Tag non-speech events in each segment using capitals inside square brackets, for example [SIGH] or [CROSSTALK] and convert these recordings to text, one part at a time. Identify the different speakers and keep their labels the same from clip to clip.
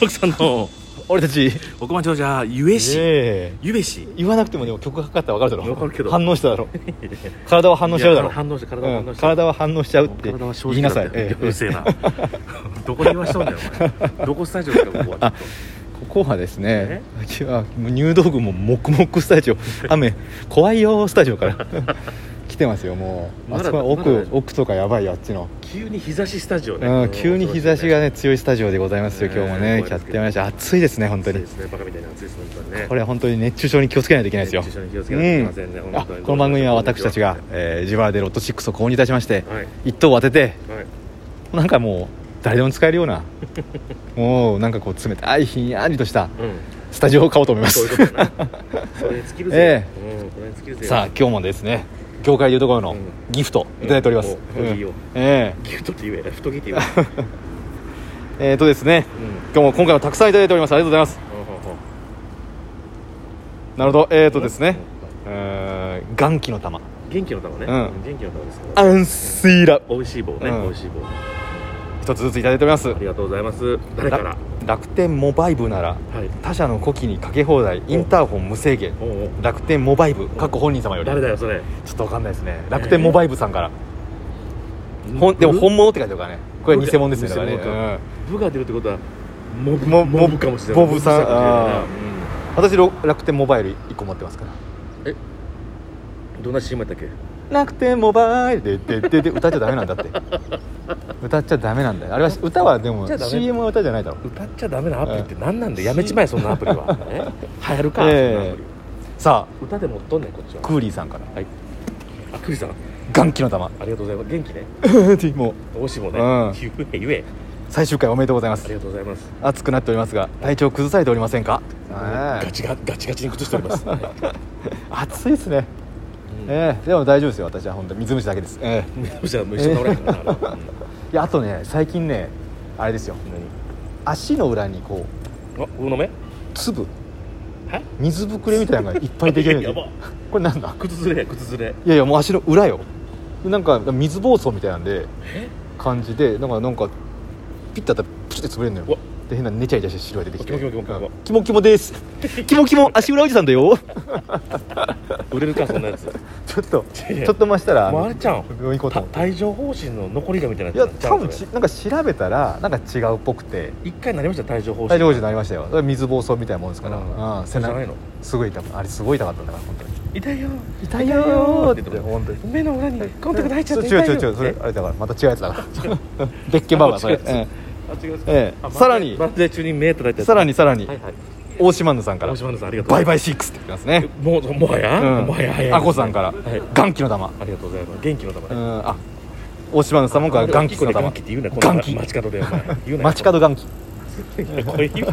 Speaker 1: クさんの
Speaker 2: 俺たち
Speaker 1: 「億万長者ゆえし」
Speaker 2: ええ
Speaker 1: ゆえし
Speaker 2: 言わなくてもでも曲かかったら分かるだろ
Speaker 1: わかるけど
Speaker 2: 反応しただろ体は反応しちゃうだろ
Speaker 1: いや反応して体は反
Speaker 2: う
Speaker 1: 応
Speaker 2: ん
Speaker 1: してる
Speaker 2: 体は反応しちゃうって
Speaker 1: 体は正
Speaker 2: 言い
Speaker 1: 直だ
Speaker 2: なさ
Speaker 1: っ
Speaker 2: い
Speaker 1: て
Speaker 2: え
Speaker 1: うるせえなどこに言わしたんだよお
Speaker 2: [LAUGHS]
Speaker 1: 前どこスタジオですかここはちょっ
Speaker 2: ここはですねいやもう入道具ももくもくスタジオ雨怖いよスタジオから [LAUGHS] 来てますよもう
Speaker 1: ま
Speaker 2: あ
Speaker 1: だ
Speaker 2: そこは
Speaker 1: まだ
Speaker 2: 奥
Speaker 1: 大丈夫
Speaker 2: 奥とかやばいよあっちの、
Speaker 1: と急に日差しスタジオね
Speaker 2: うん、急に日差しがね強いスタジオでございますよ
Speaker 1: ね
Speaker 2: 今日もね
Speaker 1: 怖い
Speaker 2: や
Speaker 1: で
Speaker 2: っ
Speaker 1: すけど
Speaker 2: てまいりました暑いですね本
Speaker 1: 本当
Speaker 2: 当
Speaker 1: に
Speaker 2: に
Speaker 1: ですねバカみたいな暑いですね本当にね
Speaker 2: これは本当に熱中症に気をつけないといけないですよ
Speaker 1: 熱中症に気をつけないといけませんね
Speaker 2: うん
Speaker 1: 本当に
Speaker 2: あこの番組は私たちが、えー自腹でロット6を購入いたしまして
Speaker 1: はい
Speaker 2: 一等を当てて
Speaker 1: はい
Speaker 2: なんかもう誰でも使えるよ
Speaker 1: [LAUGHS]
Speaker 2: うなもうなんかこう冷たいひんやりとし
Speaker 1: う
Speaker 2: た
Speaker 1: ん
Speaker 2: スタジオを買おうと思いま
Speaker 1: そういう
Speaker 2: す
Speaker 1: ことだなそれに尽きるぜ
Speaker 2: [LAUGHS] え
Speaker 1: うんこれに尽きるぜ
Speaker 2: さあ今日もですね業界でいうところの
Speaker 1: うん
Speaker 2: ギフトいただいております、
Speaker 1: うんお
Speaker 2: うん
Speaker 1: いいよ
Speaker 2: え
Speaker 1: ギフトって言え太ぎって言え
Speaker 2: [LAUGHS] ええーとですね
Speaker 1: うん
Speaker 2: 今日も今回もたくさんいただいておりますありがとうございま
Speaker 1: ほうほうほう
Speaker 2: すなるほどえーとですねうーん元気の玉
Speaker 1: 元気の玉ね
Speaker 2: うん
Speaker 1: 元気の玉です
Speaker 2: アンスイラ
Speaker 1: 美味しい棒ね
Speaker 2: うん
Speaker 1: 美味しい棒
Speaker 2: 一つずついただいております
Speaker 1: ありがとうございます誰から
Speaker 2: ら楽天モバイブなら
Speaker 1: はい
Speaker 2: 他社の呼気にかけ放題インターホン無制限
Speaker 1: おうおう
Speaker 2: 楽天モバイブかっこ本人様より
Speaker 1: 誰だよそれ
Speaker 2: ちょっとわかんないですね楽天モバイブさんから、ほんでも本物って書いてあるからねこれは偽物ですねだからね、
Speaker 1: 偽物
Speaker 2: うん
Speaker 1: か部が出るってことはモブ
Speaker 2: モブ
Speaker 1: モブかもしれない
Speaker 2: モブさん
Speaker 1: モブかも
Speaker 2: 私ろ楽天モバイル1個持ってますから
Speaker 1: しれないなうんどんな CM やったっけ
Speaker 2: 楽天モバイルでででで歌っちゃダメなんだって歌っちゃダメなんだよあれは歌はでも
Speaker 1: 歌っちゃダメ
Speaker 2: CM は歌じゃないだろ
Speaker 1: 歌っちゃダメなアプリって何なんでやめちまえそんなアプリ [LAUGHS] はえ流行るかそん
Speaker 2: ええ
Speaker 1: なアプリ
Speaker 2: さ
Speaker 1: 歌でもっとんねんこっち
Speaker 2: あ
Speaker 1: は
Speaker 2: クーリーさんから
Speaker 1: あクリさんあ
Speaker 2: 元気の玉 [LAUGHS]
Speaker 1: りがとうございます元気ね
Speaker 2: もう
Speaker 1: 美味しい棒ね
Speaker 2: うん
Speaker 1: 言え言え
Speaker 2: 最終回おめでとうございま
Speaker 1: あ
Speaker 2: す
Speaker 1: りがとうございます
Speaker 2: 暑くなっておりますが体調崩されておりませんか、
Speaker 1: ガ
Speaker 2: ね
Speaker 1: チガガチガチに崩しており [LAUGHS] ますはい
Speaker 2: え暑いですね、
Speaker 1: うん
Speaker 2: ええでも大丈夫ですよ私は本当に水虫だけです、ええ
Speaker 1: じゃあもう一緒に治らへんからなあれはうん
Speaker 2: いやあとね最近ねあれですよ足の裏にこう
Speaker 1: 何あ俺の目
Speaker 2: 粒
Speaker 1: え
Speaker 2: 水ぶくれみたいなのがいっぱいできるん
Speaker 1: [LAUGHS]
Speaker 2: で
Speaker 1: やば
Speaker 2: これなんだ
Speaker 1: 靴ずれ靴ずれ
Speaker 2: いやいやもう足の裏よなんか水暴走みたいなんで感じでなんかなんかピッてやったらプチって潰れるの
Speaker 1: うわ
Speaker 2: よで変なネチャイチャして汁が出てきて
Speaker 1: キモキモキモキモ
Speaker 2: キモキモです
Speaker 1: [LAUGHS]
Speaker 2: キモキモ足裏おじさんだよ
Speaker 1: 売れるかそんなや [LAUGHS] つ
Speaker 2: ちょっと
Speaker 1: いやいや
Speaker 2: ちょっと増したら
Speaker 1: もうあれちゃうん
Speaker 2: 病院行こうと
Speaker 1: た
Speaker 2: 思って
Speaker 1: 帯状疱疹の残りがみたいないい
Speaker 2: や多分ちなんか調べたらなんか違うっぽくて
Speaker 1: 一回なりました帯状疱疹
Speaker 2: 大丈夫になりましたよそれ水暴走みたいなもんですから
Speaker 1: うん
Speaker 2: うん背中
Speaker 1: じゃないの
Speaker 2: すごい痛かったあれすごい痛かったんだから本当に
Speaker 1: 痛いよ
Speaker 2: 痛いよーって
Speaker 1: 痛いよ
Speaker 2: 本当に
Speaker 1: 目の裏にコンタクト入っちゃって
Speaker 2: 違う
Speaker 1: 痛いよ
Speaker 2: 違う違うそれ
Speaker 1: え
Speaker 2: あれだからまた違うや
Speaker 1: [LAUGHS]
Speaker 2: つだから別件バーバーそれ
Speaker 1: あ違う
Speaker 2: え
Speaker 1: やつ
Speaker 2: え
Speaker 1: あ違う
Speaker 2: ええ
Speaker 1: あ漫才
Speaker 2: さらに
Speaker 1: 漫才中に目叩いて
Speaker 2: さらにさらに、
Speaker 1: はいはい
Speaker 2: 大島ヌさんから
Speaker 1: 大島さんありがとう
Speaker 2: バイバイシックスって言ってますね、
Speaker 1: もうもはや
Speaker 2: うん
Speaker 1: もはや早いですね
Speaker 2: あこさんから、
Speaker 1: はい
Speaker 2: 元気の玉、
Speaker 1: ありがとうございます元気の玉
Speaker 2: う
Speaker 1: ね
Speaker 2: ん、あ大島ヌさんもから元気の
Speaker 1: ガ
Speaker 2: 玉
Speaker 1: ンキって言うなこんな
Speaker 2: 元気
Speaker 1: 街角でお前言うなよ
Speaker 2: 街角元気
Speaker 1: これ言うか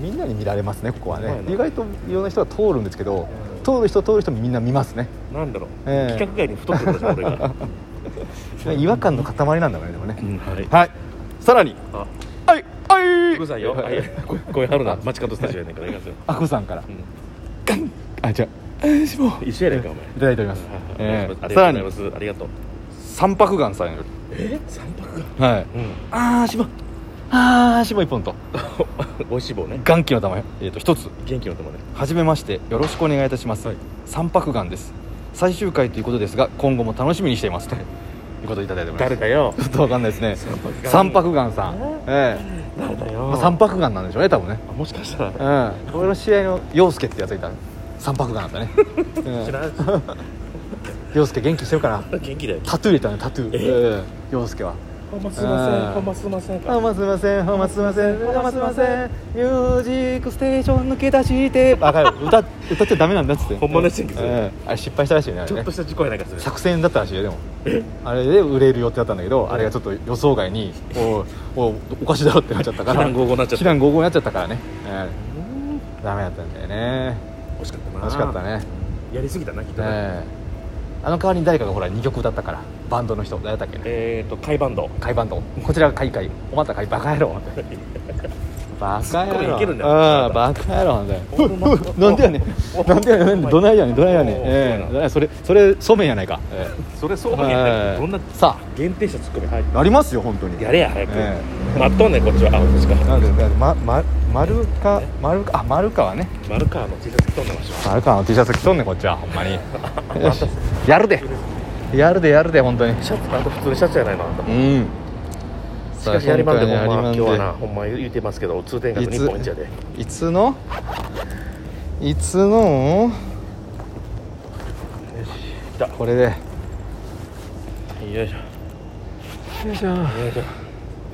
Speaker 2: みんなに見られますねここは
Speaker 1: うまい
Speaker 2: ね
Speaker 1: な
Speaker 2: 意外といろんな人が通るんですけど
Speaker 1: うん
Speaker 2: 通る人通る人みんな見ますね
Speaker 1: なんだろう
Speaker 2: ええ
Speaker 1: 企画外に太ってるでしょ俺が
Speaker 2: 違和感の塊なんだからねでもね、
Speaker 1: うんはい
Speaker 2: はいさらに
Speaker 1: あ
Speaker 2: はいはいう
Speaker 1: るさいよ
Speaker 2: は
Speaker 1: はい声声張るな街角スタジオやねんからいきますよ
Speaker 2: あこさんから
Speaker 1: うん
Speaker 2: あじゃあえーしもうい
Speaker 1: 一緒やねんかお前
Speaker 2: ただいております、え
Speaker 1: [LAUGHS] あ
Speaker 2: ー、
Speaker 1: り
Speaker 2: さ
Speaker 1: が
Speaker 2: ら
Speaker 1: とうご
Speaker 2: に
Speaker 1: ざいますありがとう
Speaker 2: 三白眼さんより
Speaker 1: え三泊が
Speaker 2: はい
Speaker 1: うん
Speaker 2: ああしもああしも一本と
Speaker 1: 美味しい棒ね
Speaker 2: 元気の玉よえっ、と一つ
Speaker 1: 元気の玉ね
Speaker 2: はじめましてよろしくお願いいたします、
Speaker 1: はい
Speaker 2: 三白眼です最終回ということですが今後も楽しみにしていますということをいただいております
Speaker 1: 誰だよ
Speaker 2: ちょっとわかんないですね
Speaker 1: 三
Speaker 2: 三
Speaker 1: 泊
Speaker 2: 白眼さんええ
Speaker 1: 誰だよ
Speaker 2: まあ、三白眼なんでしょうね多分ね
Speaker 1: あもしかしたら
Speaker 2: うん俺の試合の陽介ってやつがいた三白眼な
Speaker 1: [LAUGHS]
Speaker 2: んだね、
Speaker 1: 知
Speaker 2: うん
Speaker 1: らん
Speaker 2: 陽介元気してるかな
Speaker 1: 元気だよ
Speaker 2: タトゥー入れたねタトゥー、
Speaker 1: え
Speaker 2: ええ陽介は
Speaker 1: ほんますい
Speaker 2: うん
Speaker 1: ませんほんますいません
Speaker 2: あまあすいませんあまあすいませんあまあすいませんミュージックステーション抜け出してあかる歌歌っちゃダメなんだっつって
Speaker 1: 本物のやつやんけそれ
Speaker 2: ええあれ失敗したらしいよねあ
Speaker 1: ち
Speaker 2: れ
Speaker 1: ょ
Speaker 2: ね
Speaker 1: っとした事故やないかそれ
Speaker 2: 作戦だったらしいよでもあれで売れる予定だったんだけどあれがちょっと予想外におうおうおかしいだろってなっちゃったから
Speaker 1: 非難合合になっちゃった
Speaker 2: 非難合合になっちゃったからね、ええダメだったんだよね
Speaker 1: 惜しかったな
Speaker 2: 惜しかったね
Speaker 1: やりすぎたなきっとね
Speaker 2: ええあの代わりに誰かがほら2曲歌ったからバンドの人誰だったっけね
Speaker 1: えーと、カイバンド。
Speaker 2: 海バンドこちらが海海おまた海バカ野郎ってバカ野
Speaker 1: 突っ込み
Speaker 2: 郎
Speaker 1: いけるんだよ
Speaker 2: ああバカ野郎
Speaker 1: [LAUGHS]
Speaker 2: なんだよ
Speaker 1: おおおお
Speaker 2: なん
Speaker 1: [LAUGHS]
Speaker 2: でやねんなんでやねんどないやねんどないやね
Speaker 1: お
Speaker 2: ん
Speaker 1: お
Speaker 2: え
Speaker 1: お
Speaker 2: え
Speaker 1: お
Speaker 2: どないそれそれそうめんやないかえ
Speaker 1: それそ
Speaker 2: え
Speaker 1: うめんやったら
Speaker 2: はい
Speaker 1: どんな
Speaker 2: さ
Speaker 1: 限定したツッコミ入る
Speaker 2: あなりますよ本当に
Speaker 1: やれや早く、
Speaker 2: え
Speaker 1: 待っとんねんこっちはあ確か
Speaker 2: なんでまま丸か丸かあ丸かはね
Speaker 1: マルカーの T シャツ着とんでましょ
Speaker 2: 丸川の T シャツ着とんねんこっちはほん
Speaker 1: [LAUGHS]
Speaker 2: まによしやるでやるでやるで本当に
Speaker 1: シャツあんた普通にシャツじゃないなあんた
Speaker 2: うん
Speaker 1: しかしやりまんでほんま今日はな
Speaker 2: な
Speaker 1: ほんま言うてますけど通天閣日本一やで
Speaker 2: いつのいつの
Speaker 1: 来た
Speaker 2: これで
Speaker 1: よいし
Speaker 2: よいしょ
Speaker 1: ょよいしょ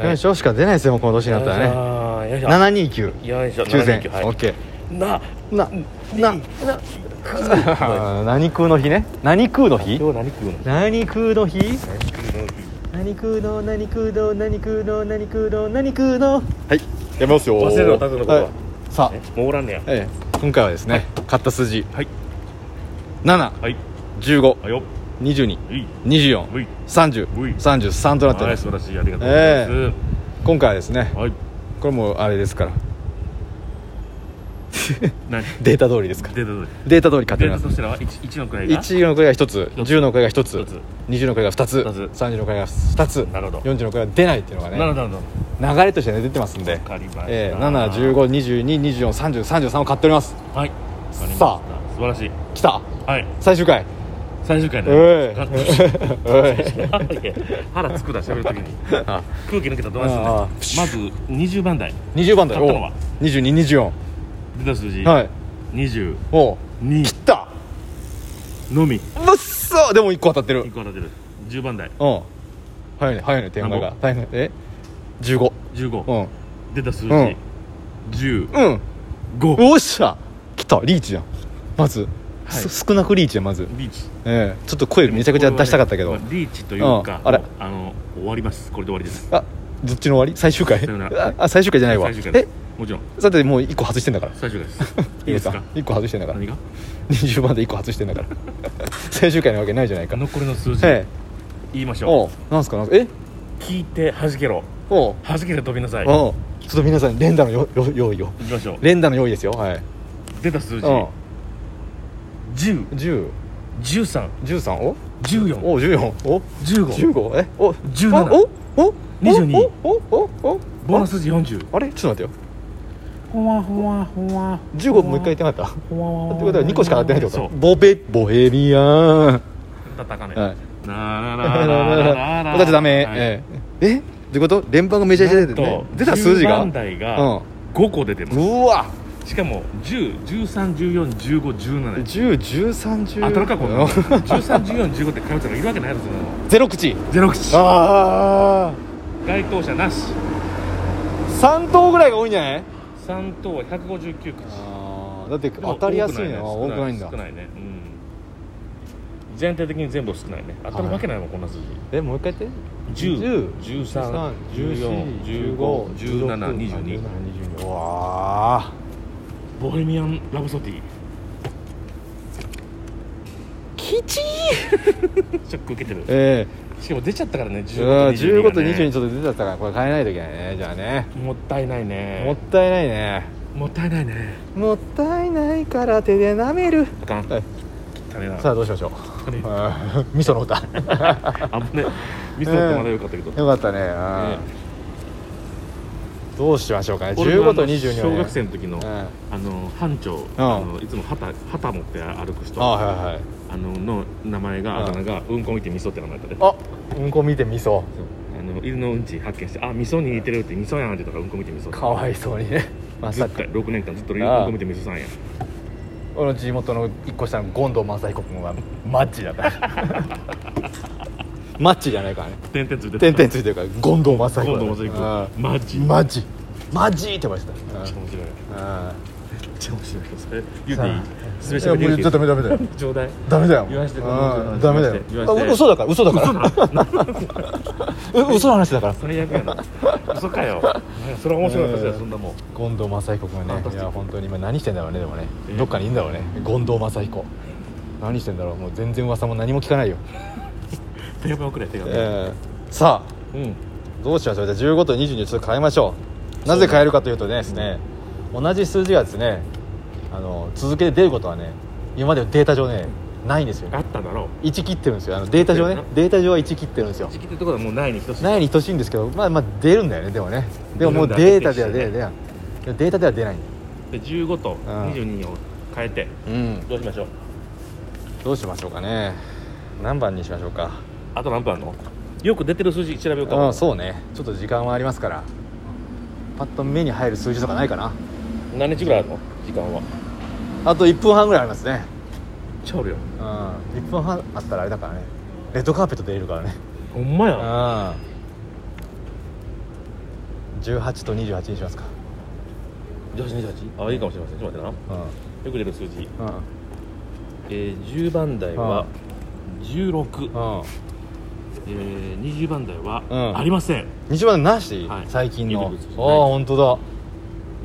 Speaker 2: よいしょしか出ないですよもうこの年になったらね
Speaker 1: ねよいしょ
Speaker 2: 729
Speaker 1: よいしょ
Speaker 2: 抽選
Speaker 1: 729はい
Speaker 2: オッケ
Speaker 1: な
Speaker 2: ーなな
Speaker 1: な
Speaker 2: 何食うの日ね何食うの日
Speaker 1: 今日何食うの
Speaker 2: 何食うの日
Speaker 1: 何食うの
Speaker 2: 何食うの何食うの何食うの何食うの何食うのはいやめますよ
Speaker 1: 忘れるわタクのことは
Speaker 2: はいさあ
Speaker 1: えもうおらんねや
Speaker 2: ええ今回はですね買った数字
Speaker 1: はい
Speaker 2: 7
Speaker 1: はい
Speaker 2: 15
Speaker 1: はいよ
Speaker 2: 22
Speaker 1: うい
Speaker 2: 24
Speaker 1: うい
Speaker 2: 30 33となって
Speaker 1: は
Speaker 2: ま
Speaker 1: い
Speaker 2: す
Speaker 1: 素晴らしいありがとうございま
Speaker 2: 今回はですね
Speaker 1: すはい
Speaker 2: これもうあれですから
Speaker 1: 何
Speaker 2: データ通りですから
Speaker 1: デー
Speaker 2: データ通り買
Speaker 1: タ
Speaker 2: っ
Speaker 1: デ
Speaker 2: てみ
Speaker 1: ー
Speaker 2: ま
Speaker 1: タと
Speaker 2: す
Speaker 1: しては1一の位が
Speaker 2: 1の声が1つ
Speaker 1: 一つ
Speaker 2: 10の声が1つ
Speaker 1: 一つ
Speaker 2: 20の声が2
Speaker 1: 二
Speaker 2: つ
Speaker 1: つ
Speaker 2: 30の声が2つ
Speaker 1: なるほど
Speaker 2: 40の声が出ないっていうの
Speaker 1: なる
Speaker 2: が
Speaker 1: ほ
Speaker 2: ね
Speaker 1: どなるほど
Speaker 2: 流れとしてね出てますんで
Speaker 1: わかりました
Speaker 2: ええ71522243033を買っております
Speaker 1: はいわかりました
Speaker 2: さ
Speaker 1: 素晴らしい
Speaker 2: 来た
Speaker 1: はい
Speaker 2: 最終回
Speaker 1: 最終回ね
Speaker 2: おい
Speaker 1: カット
Speaker 2: おい
Speaker 1: [LAUGHS] 腹つくだ喋るときに
Speaker 2: あ
Speaker 1: 空気抜けたらどうな
Speaker 2: あああ
Speaker 1: んですねまず20番台
Speaker 2: 20番だ
Speaker 1: 買ったの
Speaker 2: よ
Speaker 1: は
Speaker 2: 2224
Speaker 1: 出た数字
Speaker 2: はい
Speaker 1: 22
Speaker 2: おう切った
Speaker 1: のみ
Speaker 2: うっそでも1個当たってる
Speaker 1: 1個当てる10番台
Speaker 2: うん早いね早いね展開が早いねえ15
Speaker 1: 15
Speaker 2: うん
Speaker 1: 出た数
Speaker 2: う
Speaker 1: 字
Speaker 2: ん
Speaker 1: 15
Speaker 2: うんおっしゃ来たリーチじゃんまず、
Speaker 1: はい
Speaker 2: す少なくリーチじゃんまず、
Speaker 1: リーチ
Speaker 2: ええちょっと声めちゃくちゃ出したかったけど、
Speaker 1: まあリーチというか
Speaker 2: うんあれ
Speaker 1: もうあの終わりますこれで終わりです
Speaker 2: あどっちの終わり最終回
Speaker 1: さよなら
Speaker 2: ああ最終回じゃないわ
Speaker 1: 最終回で
Speaker 2: え
Speaker 1: すもちろん
Speaker 2: だってもう1個外してんだから
Speaker 1: 最終回です
Speaker 2: [LAUGHS]
Speaker 1: いいですか
Speaker 2: 1個外してんだから
Speaker 1: 何が
Speaker 2: 20番で1個外してんだから [LAUGHS] 最終回なわけないじゃないか
Speaker 1: 残りの数字
Speaker 2: ええ
Speaker 1: 言いまし
Speaker 2: お
Speaker 1: ょ
Speaker 2: うなんすかなんすかえ
Speaker 1: う聞いて弾けろ
Speaker 2: おう
Speaker 1: 弾けて飛びなさい行
Speaker 2: おうちょっと皆さん連打のよよ用意を
Speaker 1: きましょう
Speaker 2: 連打の用意ですよはい
Speaker 1: 出た数字
Speaker 2: おう
Speaker 1: 10
Speaker 2: 10
Speaker 1: 13
Speaker 2: 13お
Speaker 1: 14
Speaker 2: おう14お
Speaker 1: 15
Speaker 2: 15えお
Speaker 1: 17
Speaker 2: おおお
Speaker 1: 22
Speaker 2: おおおお
Speaker 1: ボーナス数字40
Speaker 2: あれちょっと待ってよ
Speaker 1: ほわほわほわ
Speaker 2: 15もう一回言ってなかった
Speaker 1: ほわほわ
Speaker 2: ってことは2個しか上がってないってこ
Speaker 1: そ
Speaker 2: と
Speaker 1: う
Speaker 2: ボベボヘミアン
Speaker 1: 叩かね
Speaker 2: はい
Speaker 1: なら
Speaker 2: だ
Speaker 1: ららららら
Speaker 2: ってダメ
Speaker 1: はい
Speaker 2: えええってこと連番がめちゃくちゃ出てる
Speaker 1: な
Speaker 2: ね
Speaker 1: んと
Speaker 2: 出た数字が
Speaker 1: 10番
Speaker 2: う
Speaker 1: 台が5個出てます
Speaker 2: んうわ
Speaker 1: しかも1013141517
Speaker 2: 101310
Speaker 1: あたのかこの
Speaker 2: 0
Speaker 1: 131415って神様いるわけないやろそんなの
Speaker 2: [LAUGHS] ゼロ口
Speaker 1: ゼロ口
Speaker 2: ああ
Speaker 1: 該当者なし
Speaker 2: 3等ぐらいが多いんじゃない
Speaker 1: 3等は159口
Speaker 2: あーだって
Speaker 1: でも
Speaker 2: 当たりやすいのは
Speaker 1: 多
Speaker 2: 多
Speaker 1: くな
Speaker 2: くない
Speaker 1: ね
Speaker 2: いん
Speaker 1: 少ない
Speaker 2: だ
Speaker 1: 少ないねうん全体的に全部少ないね当たるわけないもんこんな数字
Speaker 2: えもう一回言って
Speaker 1: 10 13 14 15 17 22
Speaker 2: 22うわあ
Speaker 1: ボヘミアン・ラブソディ
Speaker 2: きちい
Speaker 1: [LAUGHS] ショック受けてる
Speaker 2: え
Speaker 1: しかも出ちゃったからね
Speaker 2: え15
Speaker 1: 15
Speaker 2: と
Speaker 1: と
Speaker 2: 20
Speaker 1: 22
Speaker 2: にちょっと出ちゃったからこれ変えないといけないねじゃあね
Speaker 1: もったいない
Speaker 2: も
Speaker 1: ね
Speaker 2: ったいないね
Speaker 1: もったいないね
Speaker 2: もったいないから手で舐める
Speaker 1: あかん汚
Speaker 2: はい
Speaker 1: ねえな
Speaker 2: さあどうしましょう
Speaker 1: 汚ねえ
Speaker 2: あ [LAUGHS] ー味噌の歌よ
Speaker 1: あぶねミスだってまだよかったけど、
Speaker 2: かったねあー
Speaker 1: ね
Speaker 2: どうしましょうかね
Speaker 1: 俺もあ
Speaker 2: 15
Speaker 1: の
Speaker 2: と22はね
Speaker 1: 小学生の時の、
Speaker 2: うん
Speaker 1: あの班長、あのいつも旗旗持って歩く人
Speaker 2: あ
Speaker 1: あ
Speaker 2: はいはいはい
Speaker 1: のの名前が、
Speaker 2: うん
Speaker 1: あだ名がうんこ見てみそって名前だったで
Speaker 2: あうんこ見て味噌
Speaker 1: あの犬のうんち発見してあみそに似てるってみそやんって言ったからうんこ見てみそ
Speaker 2: かわいそうにねま
Speaker 1: ずっ
Speaker 2: さ
Speaker 1: と
Speaker 2: か
Speaker 1: 6年間ずっとうん
Speaker 2: ああ
Speaker 1: こ見てみそさんや
Speaker 2: 俺の地元の一個下の権藤正彦君はマッチだから [LAUGHS] マッチじゃないからね
Speaker 1: 点々ついて
Speaker 2: 点々ついてるから権藤正彦
Speaker 1: 今度もずいく
Speaker 2: うん
Speaker 1: マジめっ
Speaker 2: マジマジって言ってました
Speaker 1: ちゃ面白い
Speaker 2: うん
Speaker 1: めっちゃ面白いそれ言っていいスペシャル
Speaker 2: いやもう
Speaker 1: で
Speaker 2: ちょっとダメだよ
Speaker 1: ちょうだい
Speaker 2: ダメだよ
Speaker 1: 言わして
Speaker 2: うんダメだよ
Speaker 1: 言わして
Speaker 2: あ嘘だから嘘だ [LAUGHS] からう嘘の話だから
Speaker 1: 最悪やな嘘かよなんかそれは面白い話だよそんなもん
Speaker 2: 権藤正彦君
Speaker 1: ファ
Speaker 2: が
Speaker 1: ンタスティッ
Speaker 2: ねい
Speaker 1: ク
Speaker 2: や本当に今何してんだろうねでもね
Speaker 1: え
Speaker 2: どっかにいんだろうね権藤正彦何してんだろうもう全然噂も何も聞かないよ、
Speaker 1: 手紙送れ手紙
Speaker 2: えーさあ
Speaker 1: うん
Speaker 2: どうしましょうじゃあ15と22をちょっと変えましょうなぜ変えるかというとねですね同じ数字がですねあの続けて出ることはね今までのデータ上ねないんですよ
Speaker 1: あったんだろう
Speaker 2: 1切ってるんですよあのデータ上ねデータ上は1切ってるんですよ
Speaker 1: 時期ってところはもうないに等しい
Speaker 2: ないに等しいんですけどまあまあ出るんだよねでもねでももうデータでは出ない出ないデータでは出ない
Speaker 1: で15と22を変えて
Speaker 2: うん
Speaker 1: どうしましょう
Speaker 2: どうしましょうかね何番にしましょうか
Speaker 1: あと何分あるのよく出てる数字調べよう
Speaker 2: うん
Speaker 1: か
Speaker 2: そうねちょっと時間はありますからパッと目に入る数字とかないかな
Speaker 1: 何日ぐらいあるの時間は
Speaker 2: あと1分半ぐらいありますね
Speaker 1: ちゃうよ
Speaker 2: うん1分半あったらあれだからねレッドカーペット出れるからね
Speaker 1: ほんま
Speaker 2: う
Speaker 1: や
Speaker 2: ん18と28にしますか
Speaker 1: 1828あいいかもしれませんちょっと待って
Speaker 2: うん
Speaker 1: なよく出る数字
Speaker 2: うん
Speaker 1: えー10番台は16
Speaker 2: うん
Speaker 1: えー20番台
Speaker 2: うん
Speaker 1: はありません
Speaker 2: 西村なしでいい、
Speaker 1: はい
Speaker 2: 最近のああ
Speaker 1: いいですね
Speaker 2: 本当だ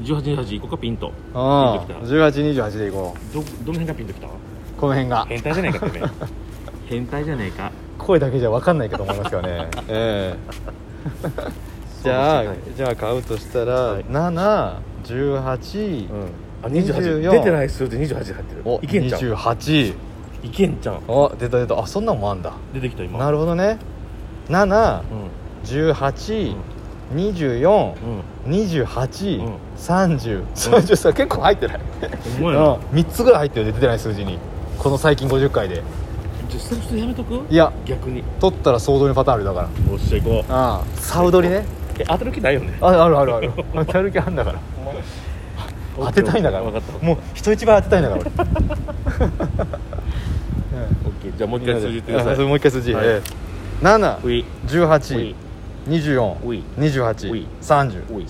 Speaker 1: 1828いこうかピンとい
Speaker 2: う
Speaker 1: いと
Speaker 2: ん
Speaker 1: こだ
Speaker 2: 1828でいこ
Speaker 1: どどの辺がピンときた
Speaker 2: うこの辺が
Speaker 1: 変態じゃないかてめえ [LAUGHS] 変態じゃないか
Speaker 2: 声だけじゃ分かんないかと思いますよね [LAUGHS] ええじゃあじゃあ買うとしたら、
Speaker 1: はい
Speaker 2: 718、
Speaker 1: うんあ28
Speaker 2: 24
Speaker 1: 出てない数字28入ってる
Speaker 2: お
Speaker 1: いけんちゃん
Speaker 2: 28
Speaker 1: いけんちゃん
Speaker 2: お出た出たあそんなのもあんだ
Speaker 1: 出てきた今
Speaker 2: な
Speaker 1: る
Speaker 2: るほどね
Speaker 1: うん
Speaker 2: 718、24
Speaker 1: うん
Speaker 2: 28、
Speaker 1: うん
Speaker 2: 30、30さ結構入ってない、
Speaker 1: お
Speaker 2: う
Speaker 1: 前
Speaker 2: ん、
Speaker 1: ら
Speaker 2: 3つぐらい入ってるね出てない数字にこの最近50回で
Speaker 1: じゃあそれちょっとやめとく
Speaker 2: いや
Speaker 1: 逆に
Speaker 2: 取ったら総取りパターンあるだから
Speaker 1: おっしゃ行こう
Speaker 2: ああ総取りね
Speaker 1: え当たる気ないよね
Speaker 2: ああるあるあ [LAUGHS] る当たる気あんだから
Speaker 1: [LAUGHS]
Speaker 2: 当てたいんだから
Speaker 1: 分かった
Speaker 2: もう人一倍当てたいんだから
Speaker 1: オ
Speaker 2: 俺
Speaker 1: ッケーじゃあもう
Speaker 2: うん
Speaker 1: 一回数字言ってくだ
Speaker 2: あそ
Speaker 1: さ
Speaker 2: れ
Speaker 1: い
Speaker 2: もう一回数字、
Speaker 1: はい
Speaker 2: え
Speaker 1: うい
Speaker 2: え718242833
Speaker 1: ういおいおいおい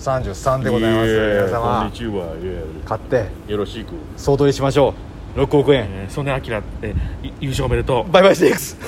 Speaker 2: でございます皆
Speaker 1: こん
Speaker 2: 様
Speaker 1: にちはイエー
Speaker 2: 買って
Speaker 1: イよろしく
Speaker 2: 総取りしましょう6億円
Speaker 1: えー曽根明えーい優勝おめでとう
Speaker 2: バイバイシックス